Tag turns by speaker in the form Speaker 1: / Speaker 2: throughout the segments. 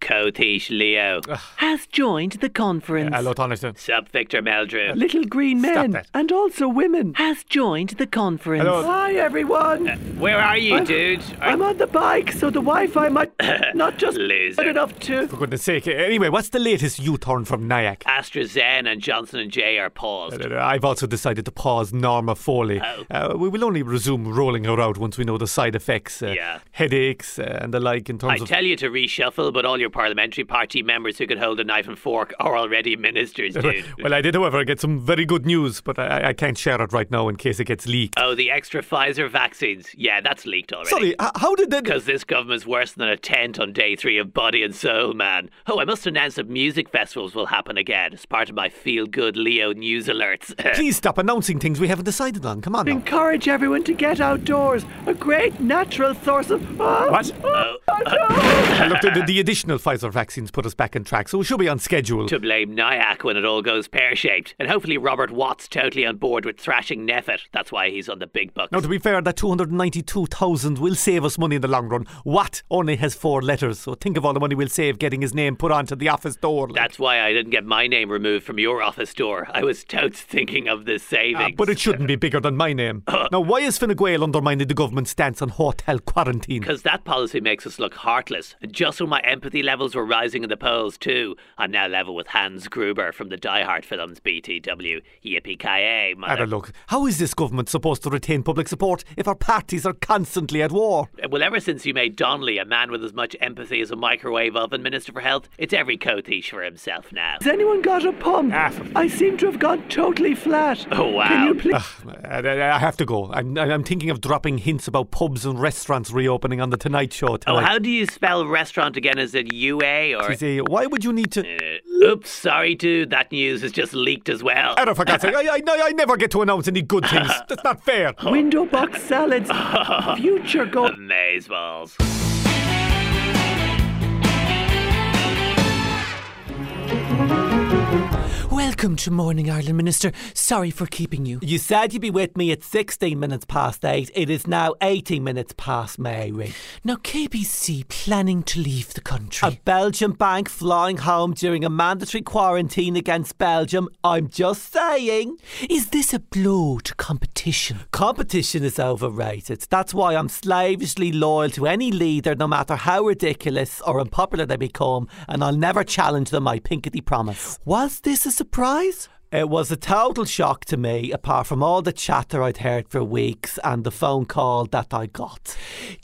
Speaker 1: Cotish Leo
Speaker 2: has joined the conference.
Speaker 3: Hello, Tonnison.
Speaker 1: Sub Victor Meldrew.
Speaker 2: Little green
Speaker 3: Stop
Speaker 2: men
Speaker 3: that.
Speaker 2: and also women has joined the conference.
Speaker 3: Hello.
Speaker 2: Hi everyone.
Speaker 1: Where are you, dude?
Speaker 2: I'm on the bike, so the Wi-Fi might not just
Speaker 1: Loser.
Speaker 2: good enough to.
Speaker 3: For goodness sake. Anyway, what's the latest U-turn from Nyack?
Speaker 1: AstraZen and Johnson and Jay are paused.
Speaker 3: I've also decided to pause Norma Foley.
Speaker 1: Oh.
Speaker 3: Uh, we will only resume rolling her out once we know the side effects, uh,
Speaker 1: Yeah.
Speaker 3: headaches, uh, and the like in terms
Speaker 1: I
Speaker 3: of.
Speaker 1: tell you to reshuffle, but all your parliamentary party members who could hold a knife and fork are already ministers, dude.
Speaker 2: uh,
Speaker 3: well, I did, however, get some very good news, but I, I can't share it right now in case it gets leaked.
Speaker 1: oh, the extra Pfizer vaccines. Yeah, that's leaked already.
Speaker 3: Sorry, h- how did that?
Speaker 1: Because this government's worse than a tent on day three of Body and Soul, man. Oh, I must announce that music festivals will happen again as part of my feel good Leo news alerts.
Speaker 3: Please stop announcing things we haven't decided on. Come on. Now.
Speaker 2: Encourage everyone to get outdoors. A great natural source of. Ah,
Speaker 3: What?
Speaker 2: ah, ah, no.
Speaker 3: Look, the, the- the additional Pfizer vaccines put us back on track, so we should be on schedule.
Speaker 1: to blame Nyack when it all goes pear shaped. And hopefully, Robert Watt's totally on board with thrashing Neffet. That's why he's on the big bucks.
Speaker 3: Now, to be fair, that 292,000 will save us money in the long run. Watt only has four letters, so think of all the money we'll save getting his name put onto the office door. like.
Speaker 1: That's why I didn't get my name removed from your office door. I was totes thinking of the savings.
Speaker 3: Ah, but it shouldn't be bigger than my name. now, why is Fine Gael undermining the government's stance on hotel quarantine?
Speaker 1: Because that policy makes us look heartless. And just when my empathy levels were rising in the polls, too, I'm now level with Hans Gruber from the Die Hard films BTW. Yippee ki
Speaker 3: I
Speaker 1: mother.
Speaker 3: don't look. How is this government supposed to retain public support if our parties are constantly at war?
Speaker 1: Well, ever since you made Donnelly a man with as much empathy as a microwave oven minister for health, it's every cotiche for himself now.
Speaker 2: Has anyone got a pump?
Speaker 3: Ah, for-
Speaker 2: I seem to have gone totally flat.
Speaker 1: Oh, wow.
Speaker 2: Can you please?
Speaker 3: I, Uh, I- I have to go. I'm, I'm thinking of dropping hints about pubs and restaurants reopening on the Tonight Show
Speaker 1: Oh,
Speaker 3: tonight.
Speaker 1: how do you spell restaurant again? Is it UA or.
Speaker 3: You see, why would you need to?
Speaker 1: Uh, oops, sorry, dude. That news is just leaked as well.
Speaker 3: I don't for God's sake, I, I, I never get to announce any good things. That's not fair.
Speaker 2: Window box salads. Future go.
Speaker 1: Amazeballs.
Speaker 4: Welcome to Morning Ireland, Minister. Sorry for keeping you.
Speaker 3: You said you'd be with me at 16 minutes past 8. It is now 18 minutes past Mary.
Speaker 4: Now, KBC planning to leave the country.
Speaker 3: A Belgian bank flying home during a mandatory quarantine against Belgium. I'm just saying.
Speaker 4: Is this a blow to competition?
Speaker 3: Competition is overrated. That's why I'm slavishly loyal to any leader, no matter how ridiculous or unpopular they become, and I'll never challenge them, I pinkety promise. Was this a surprise? It was a total shock to me, apart from all the chatter I'd heard for weeks and the phone call that I got.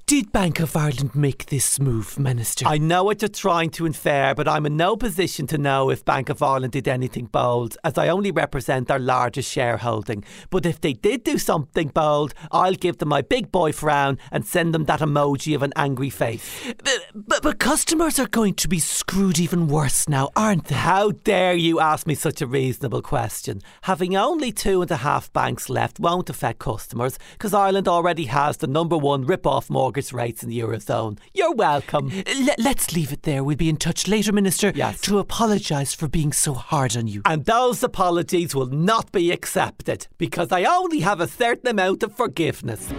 Speaker 4: Did Bank of Ireland make this move, Minister?
Speaker 3: I know what you're trying to infer, but I'm in no position to know if Bank of Ireland did anything bold, as I only represent their largest shareholding. But if they did do something bold, I'll give them my big boy frown and send them that emoji of an angry face.
Speaker 4: but, but, but customers are going to be screwed even worse now, aren't they?
Speaker 3: How dare you ask me such a reasonable question? Having only two and a half banks left won't affect customers, because Ireland already has the number one rip off mortgage rates in the Eurozone. You're welcome.
Speaker 4: Le- let's leave it there. We'll be in touch later, Minister,
Speaker 3: Yes.
Speaker 4: to apologise for being so hard on you.
Speaker 3: and those apologies will not be accepted because I only have a certain amount of forgiveness.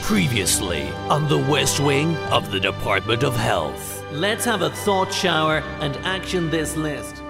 Speaker 1: Previously on the West Wing of the Department of Health.
Speaker 4: Let's have a thought shower and action this list.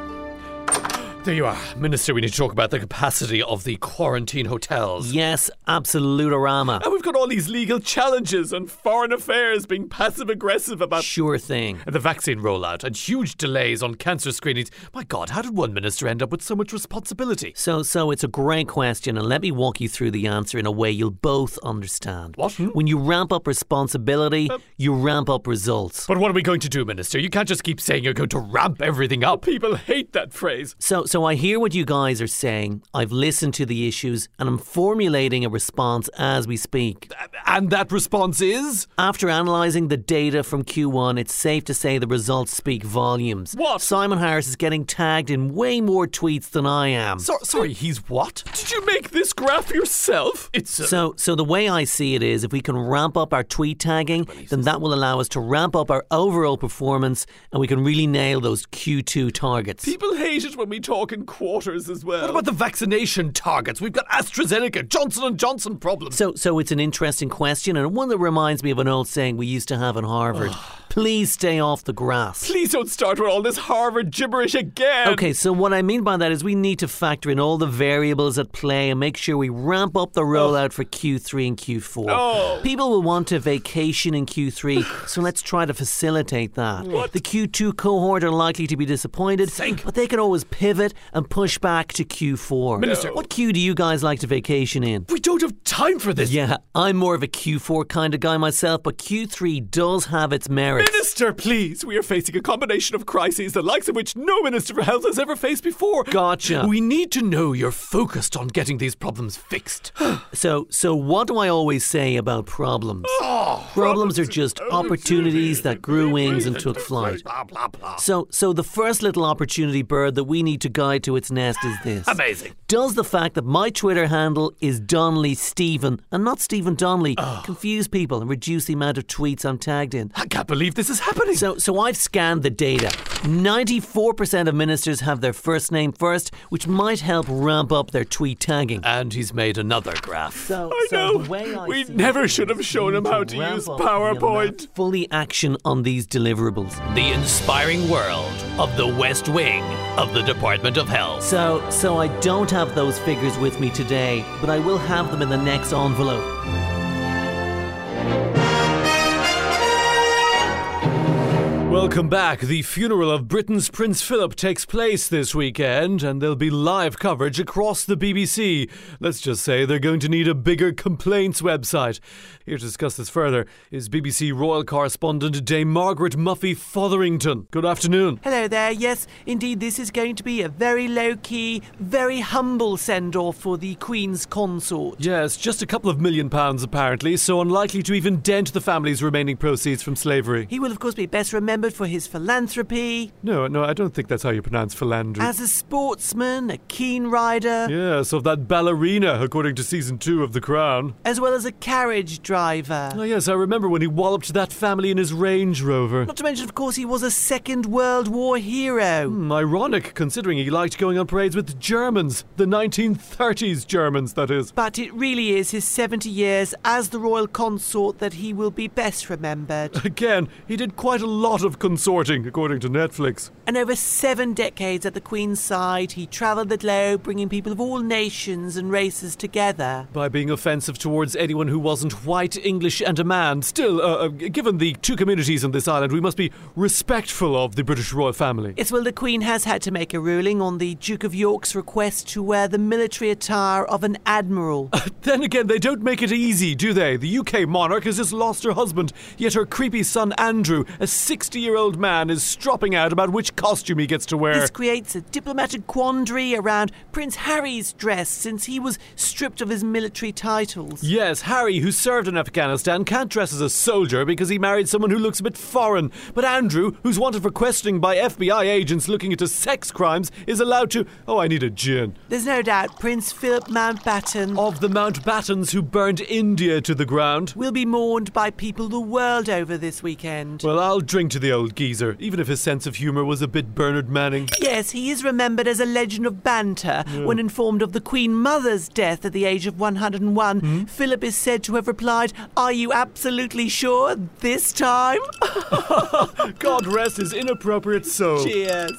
Speaker 5: There you are. Minister, we need to talk about the capacity of the quarantine hotels.
Speaker 4: Yes, absolutorama.
Speaker 5: And we've got all these legal challenges and foreign affairs being passive aggressive about
Speaker 4: Sure thing.
Speaker 5: the vaccine rollout and huge delays on cancer screenings. My God, how did one minister end up with so much responsibility?
Speaker 4: So, so it's a great question, and let me walk you through the answer in a way you'll both understand.
Speaker 5: What?
Speaker 4: When you ramp up responsibility, you ramp up results.
Speaker 5: But what are we going to do, Minister? You can't just keep saying you're going to ramp everything up. People hate that phrase.
Speaker 4: So, so I hear what you guys are saying. I've listened to the issues, and I'm formulating a response as we speak.
Speaker 5: And that response is?
Speaker 4: After analysing the data from Q1, it's safe to say the results speak volumes.
Speaker 5: What?
Speaker 4: Simon Harris is getting tagged in way more tweets than I am.
Speaker 5: So- sorry, he's what? Did you make this graph yourself? It's a.
Speaker 4: So, so the way I see it is, if we can ramp up our tweet tagging, then that will allow us to ramp up our overall performance, and we can really nail those Q2 targets.
Speaker 5: People hate it when we talk in quarters as well. What about the vaccination targets? We've got AstraZeneca, Johnson and Johnson problems.
Speaker 4: So, so it's an interesting
Speaker 1: question and one that reminds me of an old saying we used to have in Harvard. Please stay off the grass.
Speaker 3: Please don't start with all this Harvard gibberish again.
Speaker 1: Okay, so what I mean by that is we need to factor in all the variables at play and make sure we ramp up the rollout for Q3 and Q4.
Speaker 3: No.
Speaker 1: People will want to vacation in Q3, so let's try to facilitate that. The Q2 cohort are likely to be disappointed, but they can always pivot and push back to Q4.
Speaker 3: Minister.
Speaker 1: What queue do you guys like to vacation in?
Speaker 3: We don't have time for this.
Speaker 1: Yeah, I'm more of a Q4 kind of guy myself, but Q3 does have its merits.
Speaker 3: Minister, please. We are facing a combination of crises, the likes of which no Minister for Health has ever faced before.
Speaker 1: Gotcha.
Speaker 3: We need to know you're focused on getting these problems fixed.
Speaker 1: So, so what do I always say about problems? Oh, problems are just opportunities that grew wings and took flight.
Speaker 3: blah, blah, blah.
Speaker 1: So, so the first little opportunity bird that we need to guide to its nest is this.
Speaker 3: Amazing.
Speaker 1: Does the fact that my Twitter handle is Donnelly Stephen and not Stephen Donnelly confuse people and reduce the amount of tweets I'm tagged in?
Speaker 3: I can't believe this is happening.
Speaker 1: So, so I've scanned the data. 94% of ministers have their first name first, which might help ramp up their tweet tagging.
Speaker 3: and he's made another graph.
Speaker 1: So,
Speaker 3: I
Speaker 1: so
Speaker 3: know.
Speaker 1: the way I
Speaker 3: we
Speaker 1: see
Speaker 3: never
Speaker 1: things
Speaker 3: should have
Speaker 1: is
Speaker 3: shown
Speaker 1: we
Speaker 3: him
Speaker 1: need
Speaker 3: how
Speaker 1: to
Speaker 3: to
Speaker 1: ramp
Speaker 3: use
Speaker 1: up the amount-
Speaker 3: PowerPoint.
Speaker 1: Fully action on these deliverables.
Speaker 6: The inspiring world of the West Wing of the Department of Health.
Speaker 1: So, so I don't have those figures with me today, but I will have them in the next envelope.
Speaker 3: Welcome back. The funeral of Britain's Prince Philip takes place this weekend, and there'll be live coverage across the BBC. Let's just say they're going to need a bigger complaints website. Here to discuss this further is BBC royal correspondent Dame Margaret Muffy Fotherington. Good afternoon.
Speaker 2: Hello there. Yes, indeed, this is going to be a very low key, very humble send off for the Queen's consort.
Speaker 3: Yes, just a couple of million pounds apparently, so unlikely to even dent the family's remaining proceeds from slavery.
Speaker 2: He will, of course, be best remembered for his philanthropy,
Speaker 3: No, no, I don't think that's how you pronounce philandry.
Speaker 2: as a sportsman, a keen rider,
Speaker 3: yes, of that ballerina, according to season two of The Crown.
Speaker 2: as well as a carriage driver.
Speaker 3: Oh, yes, I remember when he walloped that family in his Range Rover.
Speaker 2: Not to mention, of course, he was a Second World War hero.
Speaker 3: Hmm, ironic, considering he liked going on parades with Germans. The 1930s Germans, that is.
Speaker 2: But it really is his 70 years as the royal consort that he will be best remembered.
Speaker 3: Again, he did quite a lot of consorting, according to Netflix.
Speaker 2: and over seven decades at the Queen's side, he travelled the globe, bringing people of all nations and races together.
Speaker 3: By being offensive towards anyone who wasn't white, English, and a man. Still, uh, uh, given the two communities on this island, we must be respectful of the British royal family.
Speaker 2: Yes, well, the Queen has had to make a ruling on the Duke of York's request to wear the military attire of an admiral.
Speaker 3: Then again, they don't make it easy, do they? The UK monarch has just lost her husband, yet her creepy son Andrew, a 60 year old man, is stropping out about which costume he gets to wear.
Speaker 2: This creates a diplomatic quandary around Prince Harry's dress since he was stripped of his military titles.
Speaker 3: Yes, Harry, who served in Afghanistan, can't dress as a soldier because he married someone who looks a bit foreign. But Andrew, who's wanted for questioning by FBI agents looking into sex crimes, is allowed to. Oh, I need a gin.
Speaker 2: There's no doubt Prince Philip Mountbatten
Speaker 3: Of the Mountbattens who burned India to the ground.
Speaker 2: will be mourned by people the world over this weekend.
Speaker 3: Well, I'll drink to the old geezer, even if his sense of humour was a bit Bernard Manning.
Speaker 2: Yes, he is remembered as a legend of banter. When informed of the Queen Mother's death at the age of 101, Philip is said to have replied, Are you absolutely sure this time?
Speaker 3: God rest his inappropriate soul.
Speaker 2: Cheers.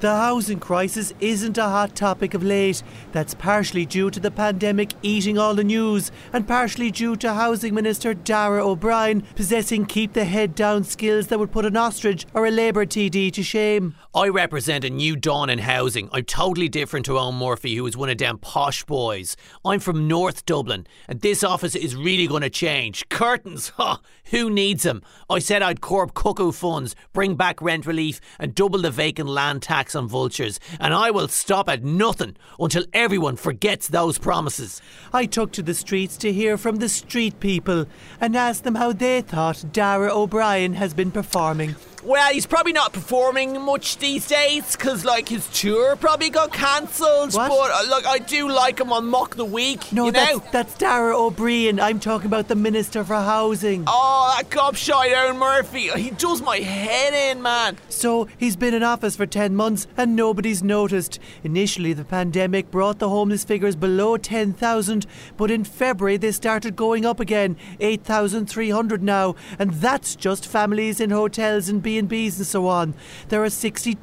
Speaker 2: The housing crisis isn't a hot topic of late. That's partially due to the pandemic eating all the news, and partially due to Housing Minister Dara O'Brien possessing keep the head down skills that would put an ostrich or a Labour TD to shame.
Speaker 1: I represent a new dawn in housing. I'm totally different to Owen Murphy, who is one of them posh boys. I'm from North Dublin, and this office is really going to change. Curtains, huh? Who needs 'em? I said I'd corp cuckoo funds, bring back rent relief, and double the vacant land tax on vultures. And I will stop at nothing until everyone forgets those promises.
Speaker 2: I took to the streets to hear from the street people and asked them how they thought Dara O'Brien has been performing.
Speaker 1: Well, he's probably not performing much these days because, like, his tour probably got cancelled.
Speaker 2: What?
Speaker 1: But, uh, look, I do like him on Mock the Week.
Speaker 2: No,
Speaker 1: you
Speaker 2: that's,
Speaker 1: know?
Speaker 2: that's Dara O'Brien. I'm talking about the Minister for Housing.
Speaker 1: Oh, that gobshite Aaron Murphy. He does my head in, man.
Speaker 2: So he's been in office for 10 months and nobody's noticed. Initially, the pandemic brought the homeless figures below 10,000, but in February they started going up again, 8,300 now, and that's just families in hotels and B&Bs and so on. There are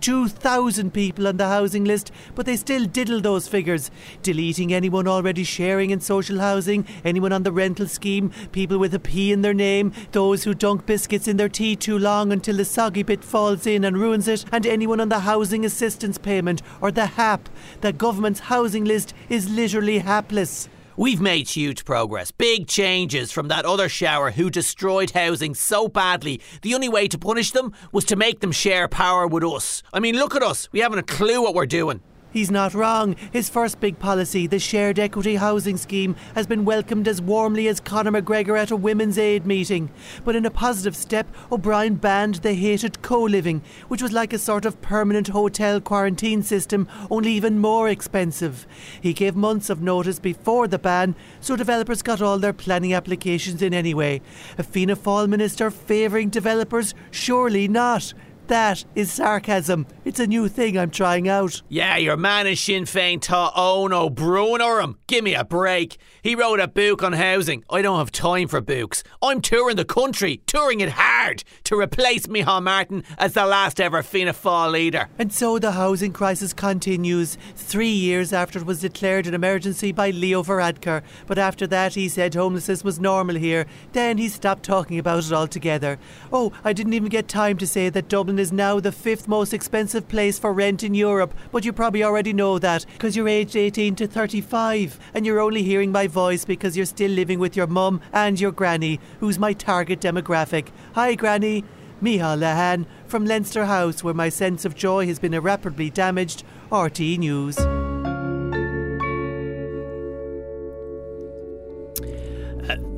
Speaker 2: 62,000 people on the housing list, but they still diddle those figures, deleting anyone already sharing in social housing, anyone on the rental scheme, people with a P in their name, those who dunk biscuits in their tea too long until the soggy bit falls in and ruins it, and anyone on the housing assistance payment or the HAP. The government's housing list is literally hapless.
Speaker 1: We've made huge progress, big changes from that other shower who destroyed housing so badly. The only way to punish them was to make them share power with us. I mean, look at us. We haven't a clue what we're doing.
Speaker 2: He's not wrong. His first big policy, the shared equity housing scheme, has been welcomed as warmly as Conor McGregor at a women's aid meeting. But in a positive step, O'Brien banned the hated co living, which was like a sort of permanent hotel quarantine system, only even more expensive. He gave months of notice before the ban, so developers got all their planning applications in anyway. A Fianna Fáil minister favouring developers? Surely not. That is sarcasm. It's a new thing I'm trying out.
Speaker 1: Yeah, your man in Sinn Féin, Ta Ono Brunorum. Give me a break. He wrote a book on housing. I don't have time for books. I'm touring the country, touring it hard, to replace Micheál Martin as the last ever Fianna Fáil leader.
Speaker 2: And so the housing crisis continues, three years after it was declared an emergency by Leo Varadkar. But after that, he said homelessness was normal here. Then he stopped talking about it altogether. Oh, I didn't even get time to say that Dublin is now the fifth most expensive place for rent in Europe. But you probably already know that, because you're aged 18 to 35, and you're only hearing my voice because you're still living with your mum and your granny, who's my target demographic. Hi, granny. Michal Lahan from Leinster House, where my sense of joy has been irreparably damaged. RT News.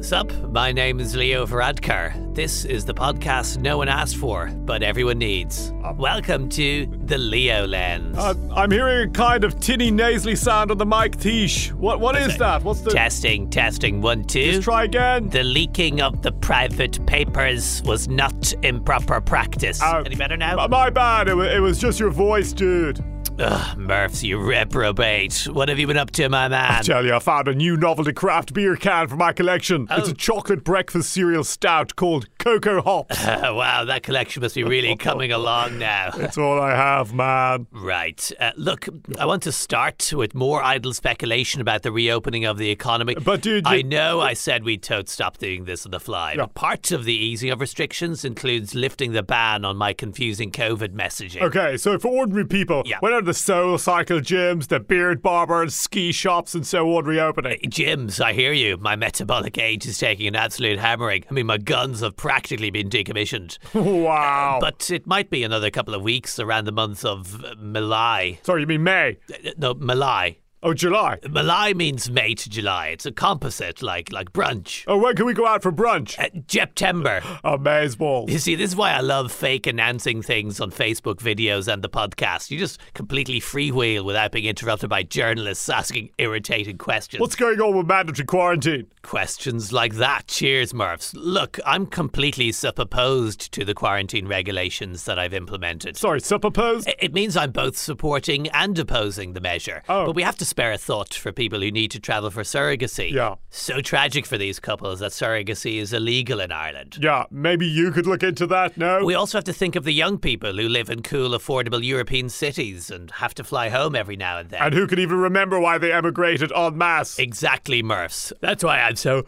Speaker 1: Sup, my name is Leo Varadkar. This is the podcast no one asked for, but everyone needs. Welcome to The Leo Lens.
Speaker 3: Uh, I'm hearing a kind of tinny nasally sound on the mic, Tish. What what is that? What's the
Speaker 1: testing, testing, one, two.
Speaker 3: Just try again.
Speaker 1: The leaking of the private papers was not improper practice.
Speaker 3: Uh,
Speaker 1: Any better now?
Speaker 3: m- My bad. It was, it was just your voice, dude.
Speaker 1: Ugh, Murphs, you reprobate. What have you been up to, my man?
Speaker 3: Tell you, I found a new novelty craft beer can for my collection. It's a chocolate breakfast cereal stout called Cocoa Hops.
Speaker 1: wow, that collection must be really coming along now.
Speaker 3: That's all I have, man.
Speaker 1: right. Uh, look, I want to start with more idle speculation about the reopening of the economy.
Speaker 3: But dude, you-
Speaker 1: I know I said we'd tote stop doing this on the fly. But part of the easing of restrictions includes lifting the ban on my confusing COVID messaging.
Speaker 3: Okay, so for ordinary people,
Speaker 1: Yeah.
Speaker 3: when are the soul cycle gyms, the beard barber and ski shops and so on reopening?
Speaker 1: Jims, I hear you. My metabolic age is taking an absolute hammering. I mean, my guns have practically been decommissioned.
Speaker 3: wow.
Speaker 1: But it might be another couple of weeks around the month of uh, Malai.
Speaker 3: Sorry, you mean May?
Speaker 1: Uh, No, Malai.
Speaker 3: Oh, July.
Speaker 1: Malai means May to July. It's a composite, like like brunch.
Speaker 3: Oh, when can we go out for brunch?
Speaker 1: Uh, September.
Speaker 3: Amazeballs.
Speaker 1: You see, this is why I love fake announcing things on Facebook videos and the podcast. You just completely freewheel without being interrupted by journalists asking irritating questions.
Speaker 3: What's going on with mandatory quarantine?
Speaker 1: questions like that. Cheers, Murphs. Look, I'm completely supposed to the quarantine regulations that I've implemented.
Speaker 3: Sorry, supposed?
Speaker 1: I- it means I'm both supporting and opposing the measure.
Speaker 3: Oh.
Speaker 1: But we have to spare a thought for people who need to travel for surrogacy.
Speaker 3: Yeah.
Speaker 1: So tragic for these couples that surrogacy is illegal in Ireland.
Speaker 3: Yeah, maybe you could look into that, no?
Speaker 1: We also have to think of the young people who live in cool, affordable European cities and have to fly home every now and then.
Speaker 3: and who can even remember why they emigrated en masse?
Speaker 1: exactly, Murphs. That's why I'm so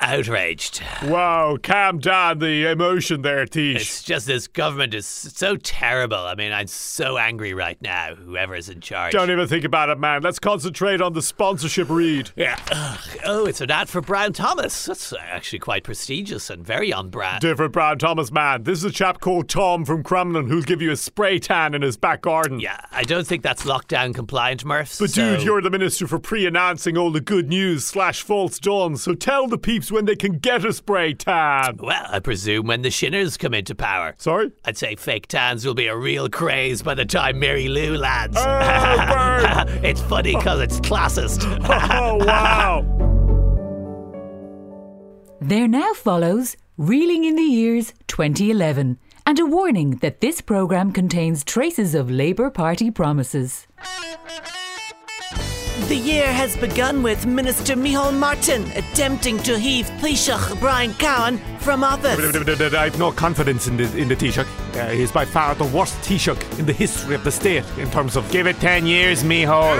Speaker 1: outraged.
Speaker 3: Wow, calm down the emotion there, Tish.
Speaker 1: It's just this government is so terrible. I mean, I'm so angry right now, whoever's in charge.
Speaker 3: Don't even think about
Speaker 7: at it, man. Let's concentrate on the sponsorship read.
Speaker 1: Yeah. Ugh. Oh, it's an ad for Brown Thomas. That's actually quite prestigious and very on brand.
Speaker 7: Different Brown Thomas, man. This is a chap called Tom from Crumlin who'll give you a spray tan in his back garden.
Speaker 1: yeah, I don't think that's lockdown compliant, Murphs.
Speaker 7: But dude,
Speaker 1: so-
Speaker 7: you're the minister for pre-announcing all the good news slash false dawns, so tell the peeps when they can get a spray tan.
Speaker 1: Well, I presume when the shinners come into power.
Speaker 7: Sorry?
Speaker 1: I'd say fake tans will be a real craze by the time Mary Lou lands.
Speaker 7: Oh,
Speaker 1: it's funny because it's classist.
Speaker 7: Oh, wow.
Speaker 8: There now follows Reeling in the Years 2011 and a warning that this programme contains traces of Labour Party promises.
Speaker 2: The year has begun with Minister Michal Martin attempting to heave Taoiseach Brian Cowan from office.
Speaker 7: I have no confidence in the, in the Taoiseach. Uh, he's by far the worst Taoiseach in the history of the state in terms of... Give it 10 years, Mihal.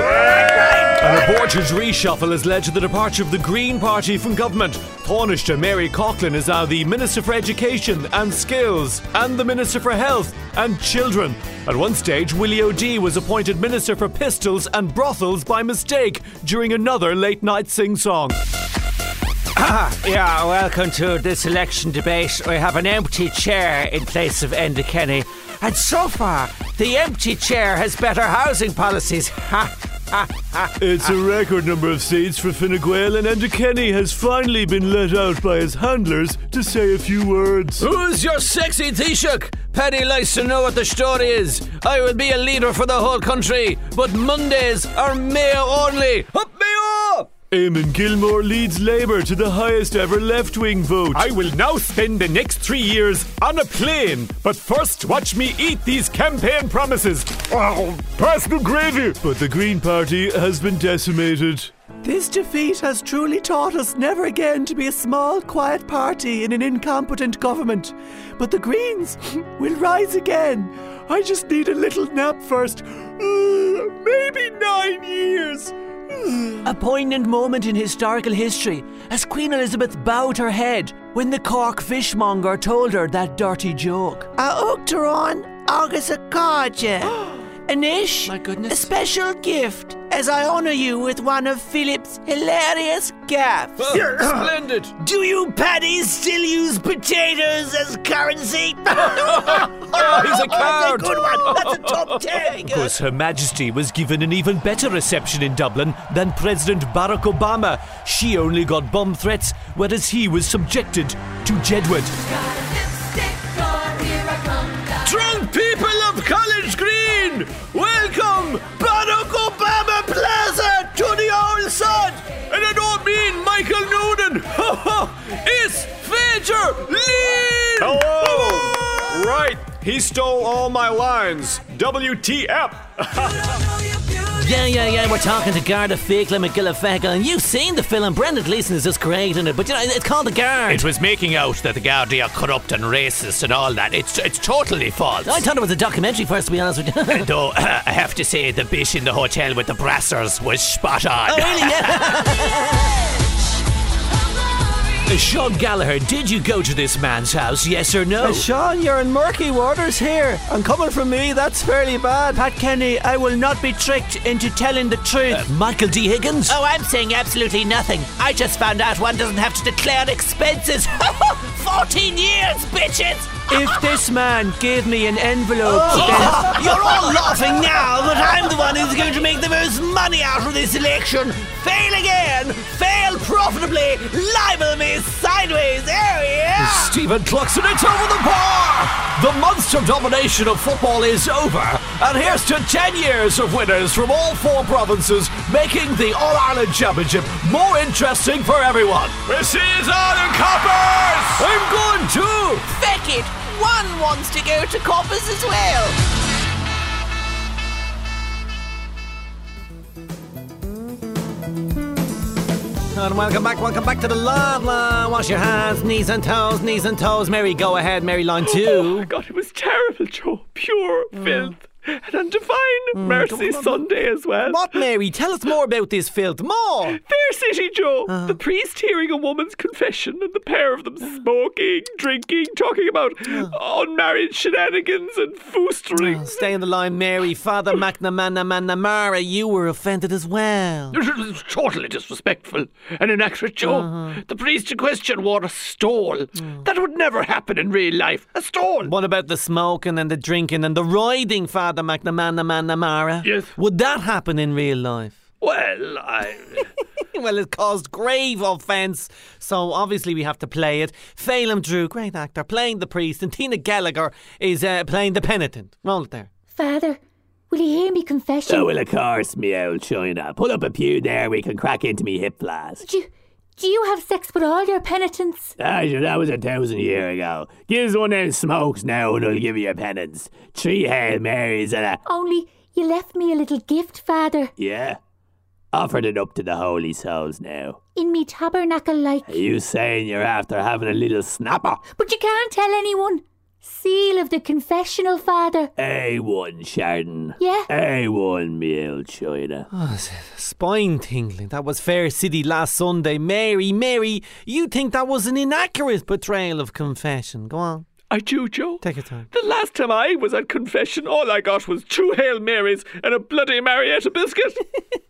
Speaker 1: An
Speaker 7: aborted reshuffle has led to the departure of the Green Party from government. Taunushta Mary Coughlin is now the Minister for Education and Skills and the Minister for Health and Children. At one stage, Willie O'Dea was appointed Minister for Pistols and Brothels by mistake during another late night sing song.
Speaker 3: Yeah, welcome to this election debate. I have an empty chair in place of Enda Kenny. And so far, the empty chair has better housing policies. Ha!
Speaker 7: It's a record number of seats for Fine Gael, and Andrew Kenny has finally been let out by his handlers to say a few words.
Speaker 1: Who's your sexy Taoiseach? Paddy likes to know what the story is. I will be a leader for the whole country, but Mondays are Mayo only. Up Mayo!
Speaker 7: Eamon Gilmore leads Labour to the highest ever left wing vote. I will now spend the next three years on a plane, but first watch me eat these campaign promises. Oh, personal gravy! But the Green Party has been decimated.
Speaker 9: This defeat has truly taught us never again to be a small, quiet party in an incompetent government. But the Greens will rise again. I just need a little nap first. Ugh, Maybe nine years.
Speaker 2: A poignant moment in historical history as Queen Elizabeth bowed her head when the Cork fishmonger told her that dirty joke. A Uachtaráin agus a cáide. An ish,
Speaker 1: My goodness.
Speaker 2: a special gift, as I honour you with one of Philip's hilarious gaffes.
Speaker 1: Splendid!
Speaker 2: Do you paddies still use potatoes as currency? Oh,
Speaker 3: Oh,
Speaker 7: he's a coward!
Speaker 2: That's a good one. That's a top ten.
Speaker 7: course, Her Majesty was given an even better reception in Dublin than President Barack Obama. She only got bomb threats, whereas he was subjected to Jedward.
Speaker 1: Drunk people of College Green, welcome Barack Obama Plaza to the old side. And I don't mean Michael Noonan. it's Major Lee.
Speaker 7: Hello! Right, he stole all my lines. WTF!
Speaker 3: Yeah, yeah, yeah, we're talking to Garda Fickla McGillifeckle, and you've seen the film. Brendan Gleeson is just great in it, but you know, it's called The Guard.
Speaker 1: It was making out that the Gardaí are corrupt and racist and all that. It's it's totally false.
Speaker 3: I thought it was a documentary first, to be honest with you.
Speaker 1: Though I have to say, the bish in the hotel with the brassers was spot on.
Speaker 3: Oh, really? Yeah.
Speaker 2: Oh,
Speaker 1: Sean Gallagher, did you go to this man's house? Yes or no?
Speaker 9: Uh, Sean, you're in murky waters here. And coming from me, that's fairly bad.
Speaker 2: Pat Kenny, I will not be tricked into telling the truth.
Speaker 1: Uh, Michael D. Higgins.
Speaker 2: Oh, I'm saying absolutely nothing. I just found out one doesn't have to declare expenses. 14 years, bitches! If this man gave me an envelope,
Speaker 1: Oh! You're all laughing now, but I'm the one who's going to make the most money out of this election. Fail again, fail profitably, libel me sideways, area. Stephen Cluxon, it's over the bar. The monster domination of football is over, and here's to 10 years of winners from all four provinces making the All Ireland Championship more interesting for everyone. This is Ireland Coppers! I'm going to
Speaker 2: feck it! One wants to go to Corpus as well.
Speaker 3: And welcome back, welcome back to the love line. Wash your hands, knees and toes, knees and toes. Mary, go ahead. Mary, line two.
Speaker 1: Mm.
Speaker 10: God, it was terrible, Joe. Pure filth.
Speaker 7: and on Divine Mercy Sunday as well.
Speaker 11: What, Mary? Tell us more about this filth. More!
Speaker 7: Fair City Joe,
Speaker 1: Ah.
Speaker 7: the priest hearing a woman's confession and the pair of them smoking, drinking, talking about
Speaker 1: Ah.
Speaker 7: unmarried shenanigans and foosterings.
Speaker 11: Stay on the line, Mary. Father McNamara Manamara, you were offended as well.
Speaker 1: It's totally disrespectful and inaccurate, Joe. The priest in question wore a stole. That would never happen in real life. A stole.
Speaker 11: What about the smoking and the drinking and the riding, Father McNamara Manamara?
Speaker 1: Yes.
Speaker 11: Would that happen in real life?
Speaker 1: Well, I.
Speaker 11: Well, it caused grave offence, so obviously we have to play it. Phelim Drew, great actor, playing the priest, and Tina Gallagher is uh, playing the penitent. Roll it there.
Speaker 12: Father, will you hear me confession?
Speaker 1: well, of course, me old China. Pull up a pew there, we can crack into me hip flask.
Speaker 12: Do, do you have sex with all your penitents?
Speaker 1: Ah, sure, that was a thousand year ago. Give us one of them smokes now and I'll give you a penance. Three Hail Marys and a...
Speaker 12: Only you left me a little gift, Father,
Speaker 1: Yeah? Offered it up to the holy souls now.
Speaker 12: in me tabernacle like.
Speaker 1: Are you saying you're after having a little snapper?
Speaker 12: But you can't tell anyone. Seal of the confessional, Father.
Speaker 1: A1, Sheridan.
Speaker 12: Yeah?
Speaker 1: A1, me old China.
Speaker 11: Spine tingling. That was Fair City last Sunday. Mary, Mary, you think that was an inaccurate portrayal of confession. Go on,
Speaker 7: I do, Joe.
Speaker 11: take your time.
Speaker 7: The last time I was at confession, all I got was two Hail Marys and a bloody Marietta biscuit.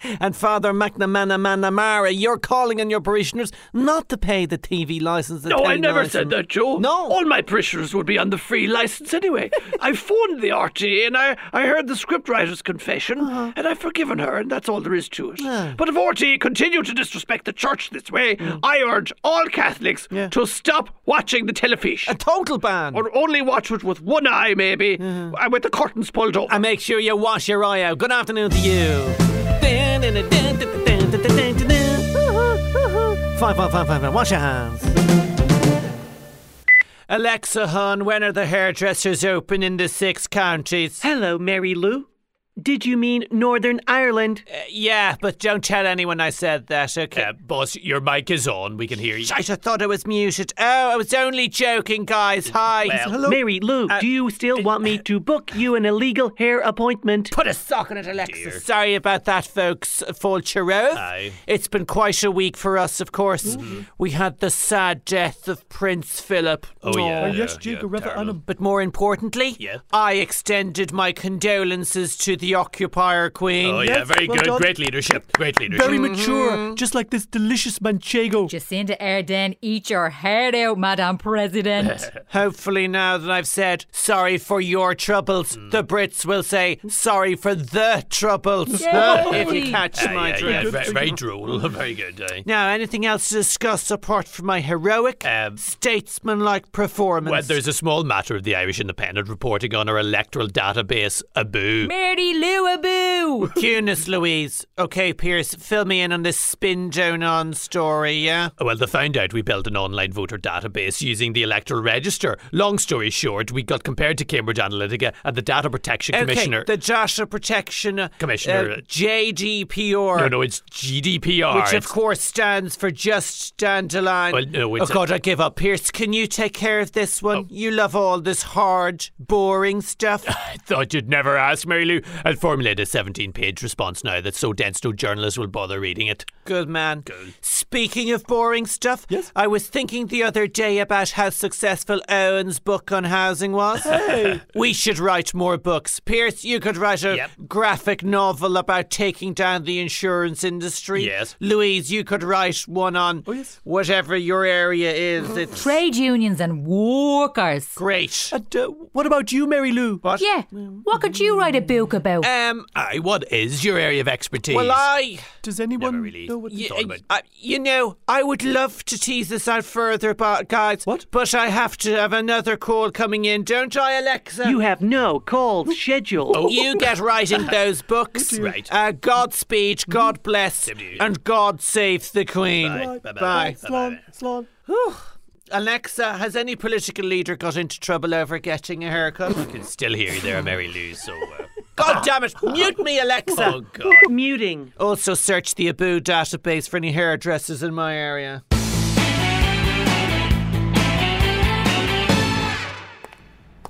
Speaker 11: And Father McNamara Manamara, you're calling on your parishioners not to pay the TV license. the
Speaker 1: No, I
Speaker 11: telly
Speaker 1: never
Speaker 11: license.
Speaker 1: said that, Joe.
Speaker 11: No.
Speaker 1: All my parishioners would be on the free license anyway. I phoned the RTA and I, I heard the scriptwriter's confession and I've forgiven her and that's all there is to it. But if RTA continue to disrespect the church this way, I urge all Catholics to stop watching the telefish.
Speaker 11: A total ban.
Speaker 1: or only watch it with one eye, maybe, and with the curtains pulled up.
Speaker 11: and make sure you wash your eye out. Good afternoon to you. Five, five, five, five, five. Wash your hands.
Speaker 13: Alexa Hun, when are the hairdressers open in the six counties?
Speaker 14: Hello, Mary Lou. Did you mean Northern Ireland?
Speaker 13: Uh, yeah, but don't tell anyone I said that, okay? Uh, boss, your mic is on. We can hear you.
Speaker 2: I thought I was muted. Oh, I was only joking, guys. Hi. Uh, Hello.
Speaker 14: Mary Lou, do you still want me to book you an illegal hair appointment?
Speaker 2: Put a sock on it, Alexa. Sorry about that, folks. Fulcherov.
Speaker 13: Aye.
Speaker 2: It's been quite a week for us, of course.
Speaker 15: Mm-hmm.
Speaker 2: We had the sad death of Prince Philip.
Speaker 13: Oh, yeah.
Speaker 15: yes,
Speaker 13: yeah,
Speaker 15: Jacob, rather
Speaker 13: terrible.
Speaker 15: unab-
Speaker 2: But more importantly,
Speaker 13: Yeah.
Speaker 2: I extended my condolences to the occupier queen.
Speaker 13: Oh, yeah, very
Speaker 15: well
Speaker 13: good.
Speaker 15: done.
Speaker 13: Great leadership. Great leadership.
Speaker 15: Very
Speaker 2: Mm-hmm.
Speaker 15: mature, just like this delicious manchego.
Speaker 8: Jacinda Ardern, eat your heart out, Madam President.
Speaker 2: Hopefully, now that I've said sorry for your troubles,
Speaker 13: Hmm.
Speaker 2: the Brits will say sorry for the troubles. if you catch
Speaker 13: Ah,
Speaker 2: my
Speaker 13: yeah,
Speaker 2: drift.
Speaker 13: yeah, very, very droll. Very good. eh? aye.
Speaker 2: Now, anything else to discuss apart from my heroic,
Speaker 13: Um,
Speaker 2: statesmanlike performance?
Speaker 13: Well, there's a small matter of the Irish Independent reporting on our electoral database, Abu.
Speaker 8: Mary Lou Aboo.
Speaker 2: Cunis Louise. Okay, Pierce, fill me in on this spin down on story, yeah?
Speaker 13: Well, they found out we built an online voter database using the electoral register. Long story short, we got compared to Cambridge Analytica and the Data Protection Commissioner.
Speaker 2: Okay, the Joshua Protection uh,
Speaker 13: Commissioner,
Speaker 2: uh,
Speaker 13: uh,
Speaker 2: JDPR.
Speaker 13: no, no, it's GDPR.
Speaker 2: Which, of
Speaker 13: It's-
Speaker 2: course, stands for Just Dandelion.
Speaker 13: Well, no,
Speaker 2: oh,
Speaker 13: it's Oh. a-
Speaker 2: God, I give up. Pierce, can you take care of this one? You love all this hard, boring stuff.
Speaker 13: I thought you'd never ask, Mary Lou. I'll formulate a 17 page response now that's so dense no journalist will bother reading it.
Speaker 2: Good man. Speaking of boring stuff, yes? I was thinking the other day about how successful Owen's book on housing was. we should write more books. Pierce, you could write a
Speaker 13: Yep.
Speaker 2: graphic novel about taking down the insurance industry.
Speaker 13: Yes. Oh,
Speaker 2: Louise, you could write one on whatever your area is. It's
Speaker 8: Trade unions and workers.
Speaker 2: great.
Speaker 15: And uh, what about you, Mary Lou? What?
Speaker 8: Yeah, what could you write a book about?
Speaker 2: Um,
Speaker 13: Aye, what is your area of expertise?
Speaker 2: well, I.
Speaker 15: Does anyone
Speaker 13: Never really
Speaker 15: know what?
Speaker 2: Y-
Speaker 13: thought about.
Speaker 2: uh, you know, I would love to tease this out further, but guys,
Speaker 15: What?
Speaker 2: But I have to have another call coming in, don't I, Alexa? Oh.
Speaker 14: You have no call schedule.
Speaker 2: You get writing those books.
Speaker 15: Oh,
Speaker 13: Right.
Speaker 2: Uh, Godspeed,
Speaker 15: Hmm?
Speaker 2: God bless,
Speaker 13: you.
Speaker 2: and God save the Queen.
Speaker 13: Bye. Bye-bye.
Speaker 2: Bye.
Speaker 15: Slán, slán.
Speaker 2: Alexa, has any political leader got into trouble over getting a haircut?
Speaker 13: Can still hear you there, Mary Lou. So. Uh,
Speaker 2: God damn it! Mute me, Alexa.
Speaker 13: oh God.
Speaker 14: Muting.
Speaker 2: Also, search the Abu database for any hairdressers in my area.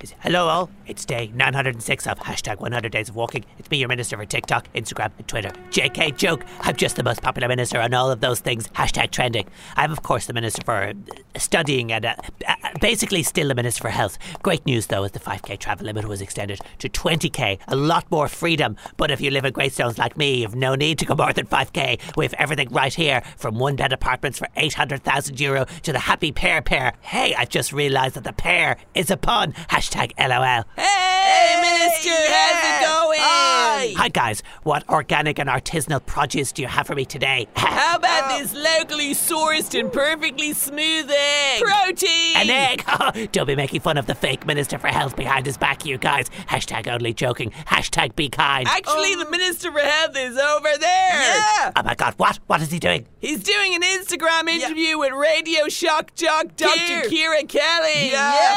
Speaker 1: Is- Hello all, it's day 906 of hashtag 100 days of walking. It's me, your minister for TikTok, Instagram, and Twitter. JK joke, I'm just the most popular minister on all of those things, hashtag trending. I'm of course the minister for uh, studying and uh, uh, basically still the minister for health. Great news though is the 5k travel limit was extended to 20k, a lot more freedom. But if you live in Greystones like me, you've no need to go more than 5k. We have everything right here, from one bed apartments for 800,000 euro to the happy pair pair. Hey, I've just realised that the pair is a pun. Hashtag LOL. Hey, Minister, how's it going? Hi. guys. What organic and artisanal produce do you have for me today? How about this locally sourced and perfectly smooth egg? Protein! An egg! Don't be making fun of the fake Minister for Health behind his back, you guys. Hashtag only joking. Hashtag be kind.
Speaker 16: Actually, the Minister for Health is over there. Yeah.
Speaker 1: Oh my god, what? What is he doing?
Speaker 16: He's doing an Instagram interview with Radio Shock Jock Dr. Kira Kelly. Yeah.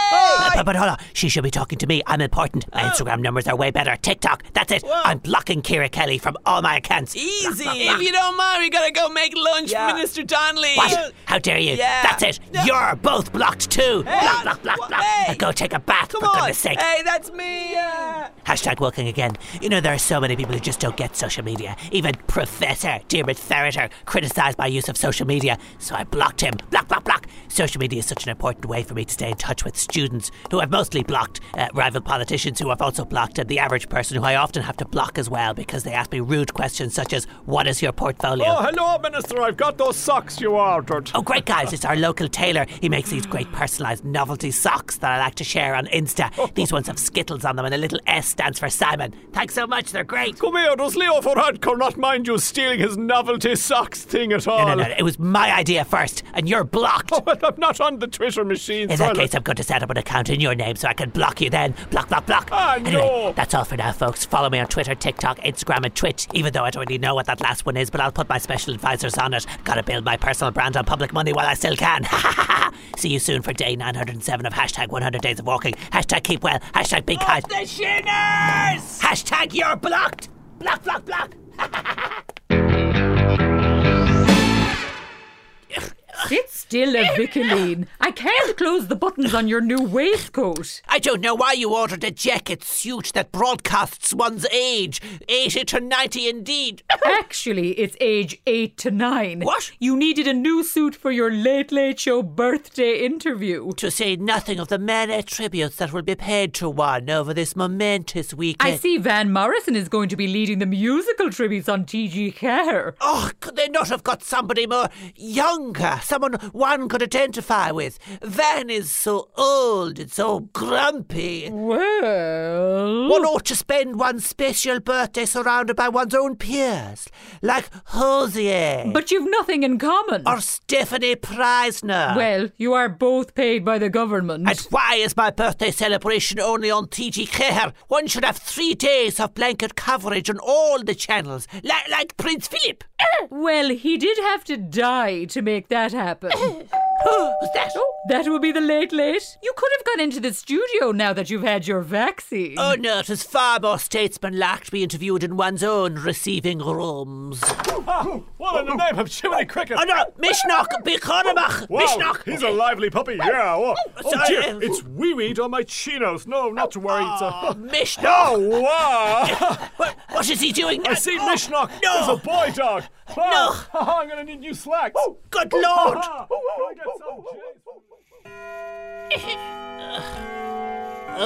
Speaker 1: But- But, but hold on, she should be talking to me. I'm important.
Speaker 16: Oh.
Speaker 1: My Instagram numbers are way better. TikTok, that's it. I'm blocking Kira Kelly from all my accounts.
Speaker 16: Easy. if you don't mind, we gotta go make lunch for Minister Donnelly.
Speaker 1: What? How dare you?
Speaker 16: Yeah.
Speaker 1: That's it. You're both blocked too. block, block, block, block.
Speaker 16: Hey.
Speaker 1: Go take a bath,
Speaker 16: Come
Speaker 1: for
Speaker 16: on.
Speaker 1: goodness sake.
Speaker 16: Hey, that's me. uh.
Speaker 1: Hashtag walking again. You know, there are so many people who just don't get social media. Even Professor Dermot Ferreter criticised my use of social media, so I blocked him. Block, block, block. Social media is such an important way for me to stay in touch with students who I've mostly blocked, uh, rival politicians who I've also blocked, and the average person who I often have to block as well because they ask me rude questions such as, What is your portfolio?
Speaker 7: Oh, hello, Minister. I've got those socks you ordered.
Speaker 1: Oh, great, guys. It's our local tailor. He makes these great personalised novelty socks that I like to share on Insta. These ones have Skittles on them, and the little S stands for Simon. Thanks so much. They're great.
Speaker 7: Come here, does Leo Varadkar not mind you stealing his novelty socks thing at all? Oh,
Speaker 1: No, no, no. It was my idea first, and you're blocked.
Speaker 7: Well, I'm not on the Twitter machine,
Speaker 1: In
Speaker 7: so
Speaker 1: that
Speaker 7: I'll-
Speaker 1: case, I'm going to set up an account in your name so I can block you then. Block, block, block.
Speaker 7: Ah,
Speaker 1: anyway,
Speaker 7: no.
Speaker 1: that's all for now, folks. Follow me on Twitter, TikTok, Instagram, and Twitch, even though I don't really know what that last one is, but I'll put my special advisors on it. Gotta build my personal brand on public money while I still can. See you soon for day 907 of hashtag 100 days of walking. Hashtag keep well. Hashtag be kind.
Speaker 16: The Shinners!
Speaker 1: Hashtag you're blocked. Block, block, block.
Speaker 8: Sit still, Avicaline. I can't close the buttons on your new waistcoat.
Speaker 1: I don't know why you ordered a jacket suit that broadcasts one's age. 80 to 90 indeed.
Speaker 8: Actually, it's age eight to nine.
Speaker 1: What?
Speaker 8: You needed a new suit for your Late Late Show birthday interview.
Speaker 1: to say nothing of the many tributes that will be paid to one over this momentous weekend.
Speaker 8: I see Van Morrison is going to be leading the musical tributes on TG Care.
Speaker 1: Oh, could they not have got somebody more younger, someone one could identify with? Van is so old and so grumpy.
Speaker 8: Well.
Speaker 1: One ought to spend one's special birthday surrounded by one's own peers, like Hosier
Speaker 8: But you've nothing in common.
Speaker 1: or Stephanie Preisner.
Speaker 8: well, you are both paid by the government.
Speaker 1: And why is my birthday celebration only on TG Care? One should have three days of blanket coverage on all the channels, like, like Prince Philip.
Speaker 8: well, he did have to die to make that happen. Oh,
Speaker 1: Who's that?
Speaker 8: that will be the late late. You could have gone into the studio now that you've had your vaccine.
Speaker 1: Oh no, it is far more statesmanlike to be interviewed in one's own receiving rooms.
Speaker 7: Ah, What in the name of Jiminy Cricket?
Speaker 1: Oh no, Mishnock, Bikonamach,
Speaker 7: Wow,
Speaker 1: Mishnock.
Speaker 7: he's a lively puppy. Yeah. Oh, oh
Speaker 1: Sorry.
Speaker 7: dear, it's wee weed on my chinos. No, not to worry. It's a...
Speaker 1: Mishnock.
Speaker 7: Oh, wow.
Speaker 1: What, what is he doing now?
Speaker 7: I see
Speaker 1: Oh,
Speaker 7: Mishnock.
Speaker 1: No.
Speaker 7: There's a boy dog.
Speaker 1: No.
Speaker 7: Wow. I'm going to need new slacks.
Speaker 1: Good lord.
Speaker 7: Ah, go get some, James.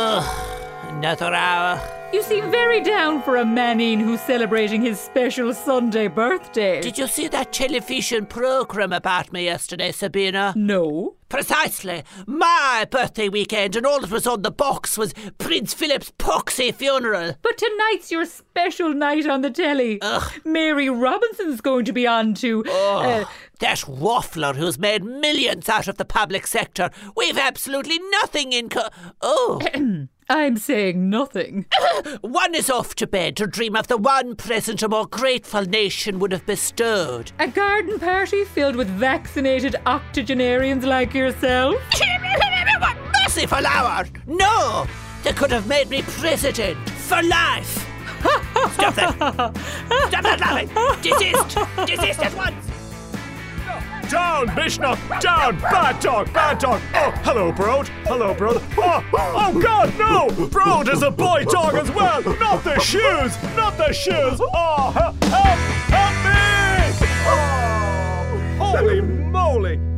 Speaker 1: Another hour.
Speaker 8: You seem very down for a manine who's celebrating his special Sunday birthday.
Speaker 1: Did you see that television program about me yesterday, Sabina?
Speaker 8: no.
Speaker 1: Precisely. My birthday weekend, and all that was on the box was Prince Philip's poxy funeral.
Speaker 8: But tonight's your special night on the telly. Mary Robinson's going to be on to. uh,
Speaker 1: That waffler who's made millions out of the public sector. We've absolutely nothing in co- Oh,
Speaker 8: I'm saying nothing.
Speaker 1: one is off to bed to dream of the one present a more grateful nation would have bestowed.
Speaker 8: a garden party filled with vaccinated octogenarians like yourself?
Speaker 1: Mercy for hour! No! They could have made me president for life! Stop that! Stop that laughing! Desist! Desist at once!
Speaker 7: Hey, down, Bishna, down. Bad dog, bad dog. Oh, hello, Brode. Hello, Brode. Oh, oh God, no! Brode is a boy dog as well. Not the shoes, not the shoes. Oh, help, help, help me! Oh, holy moly!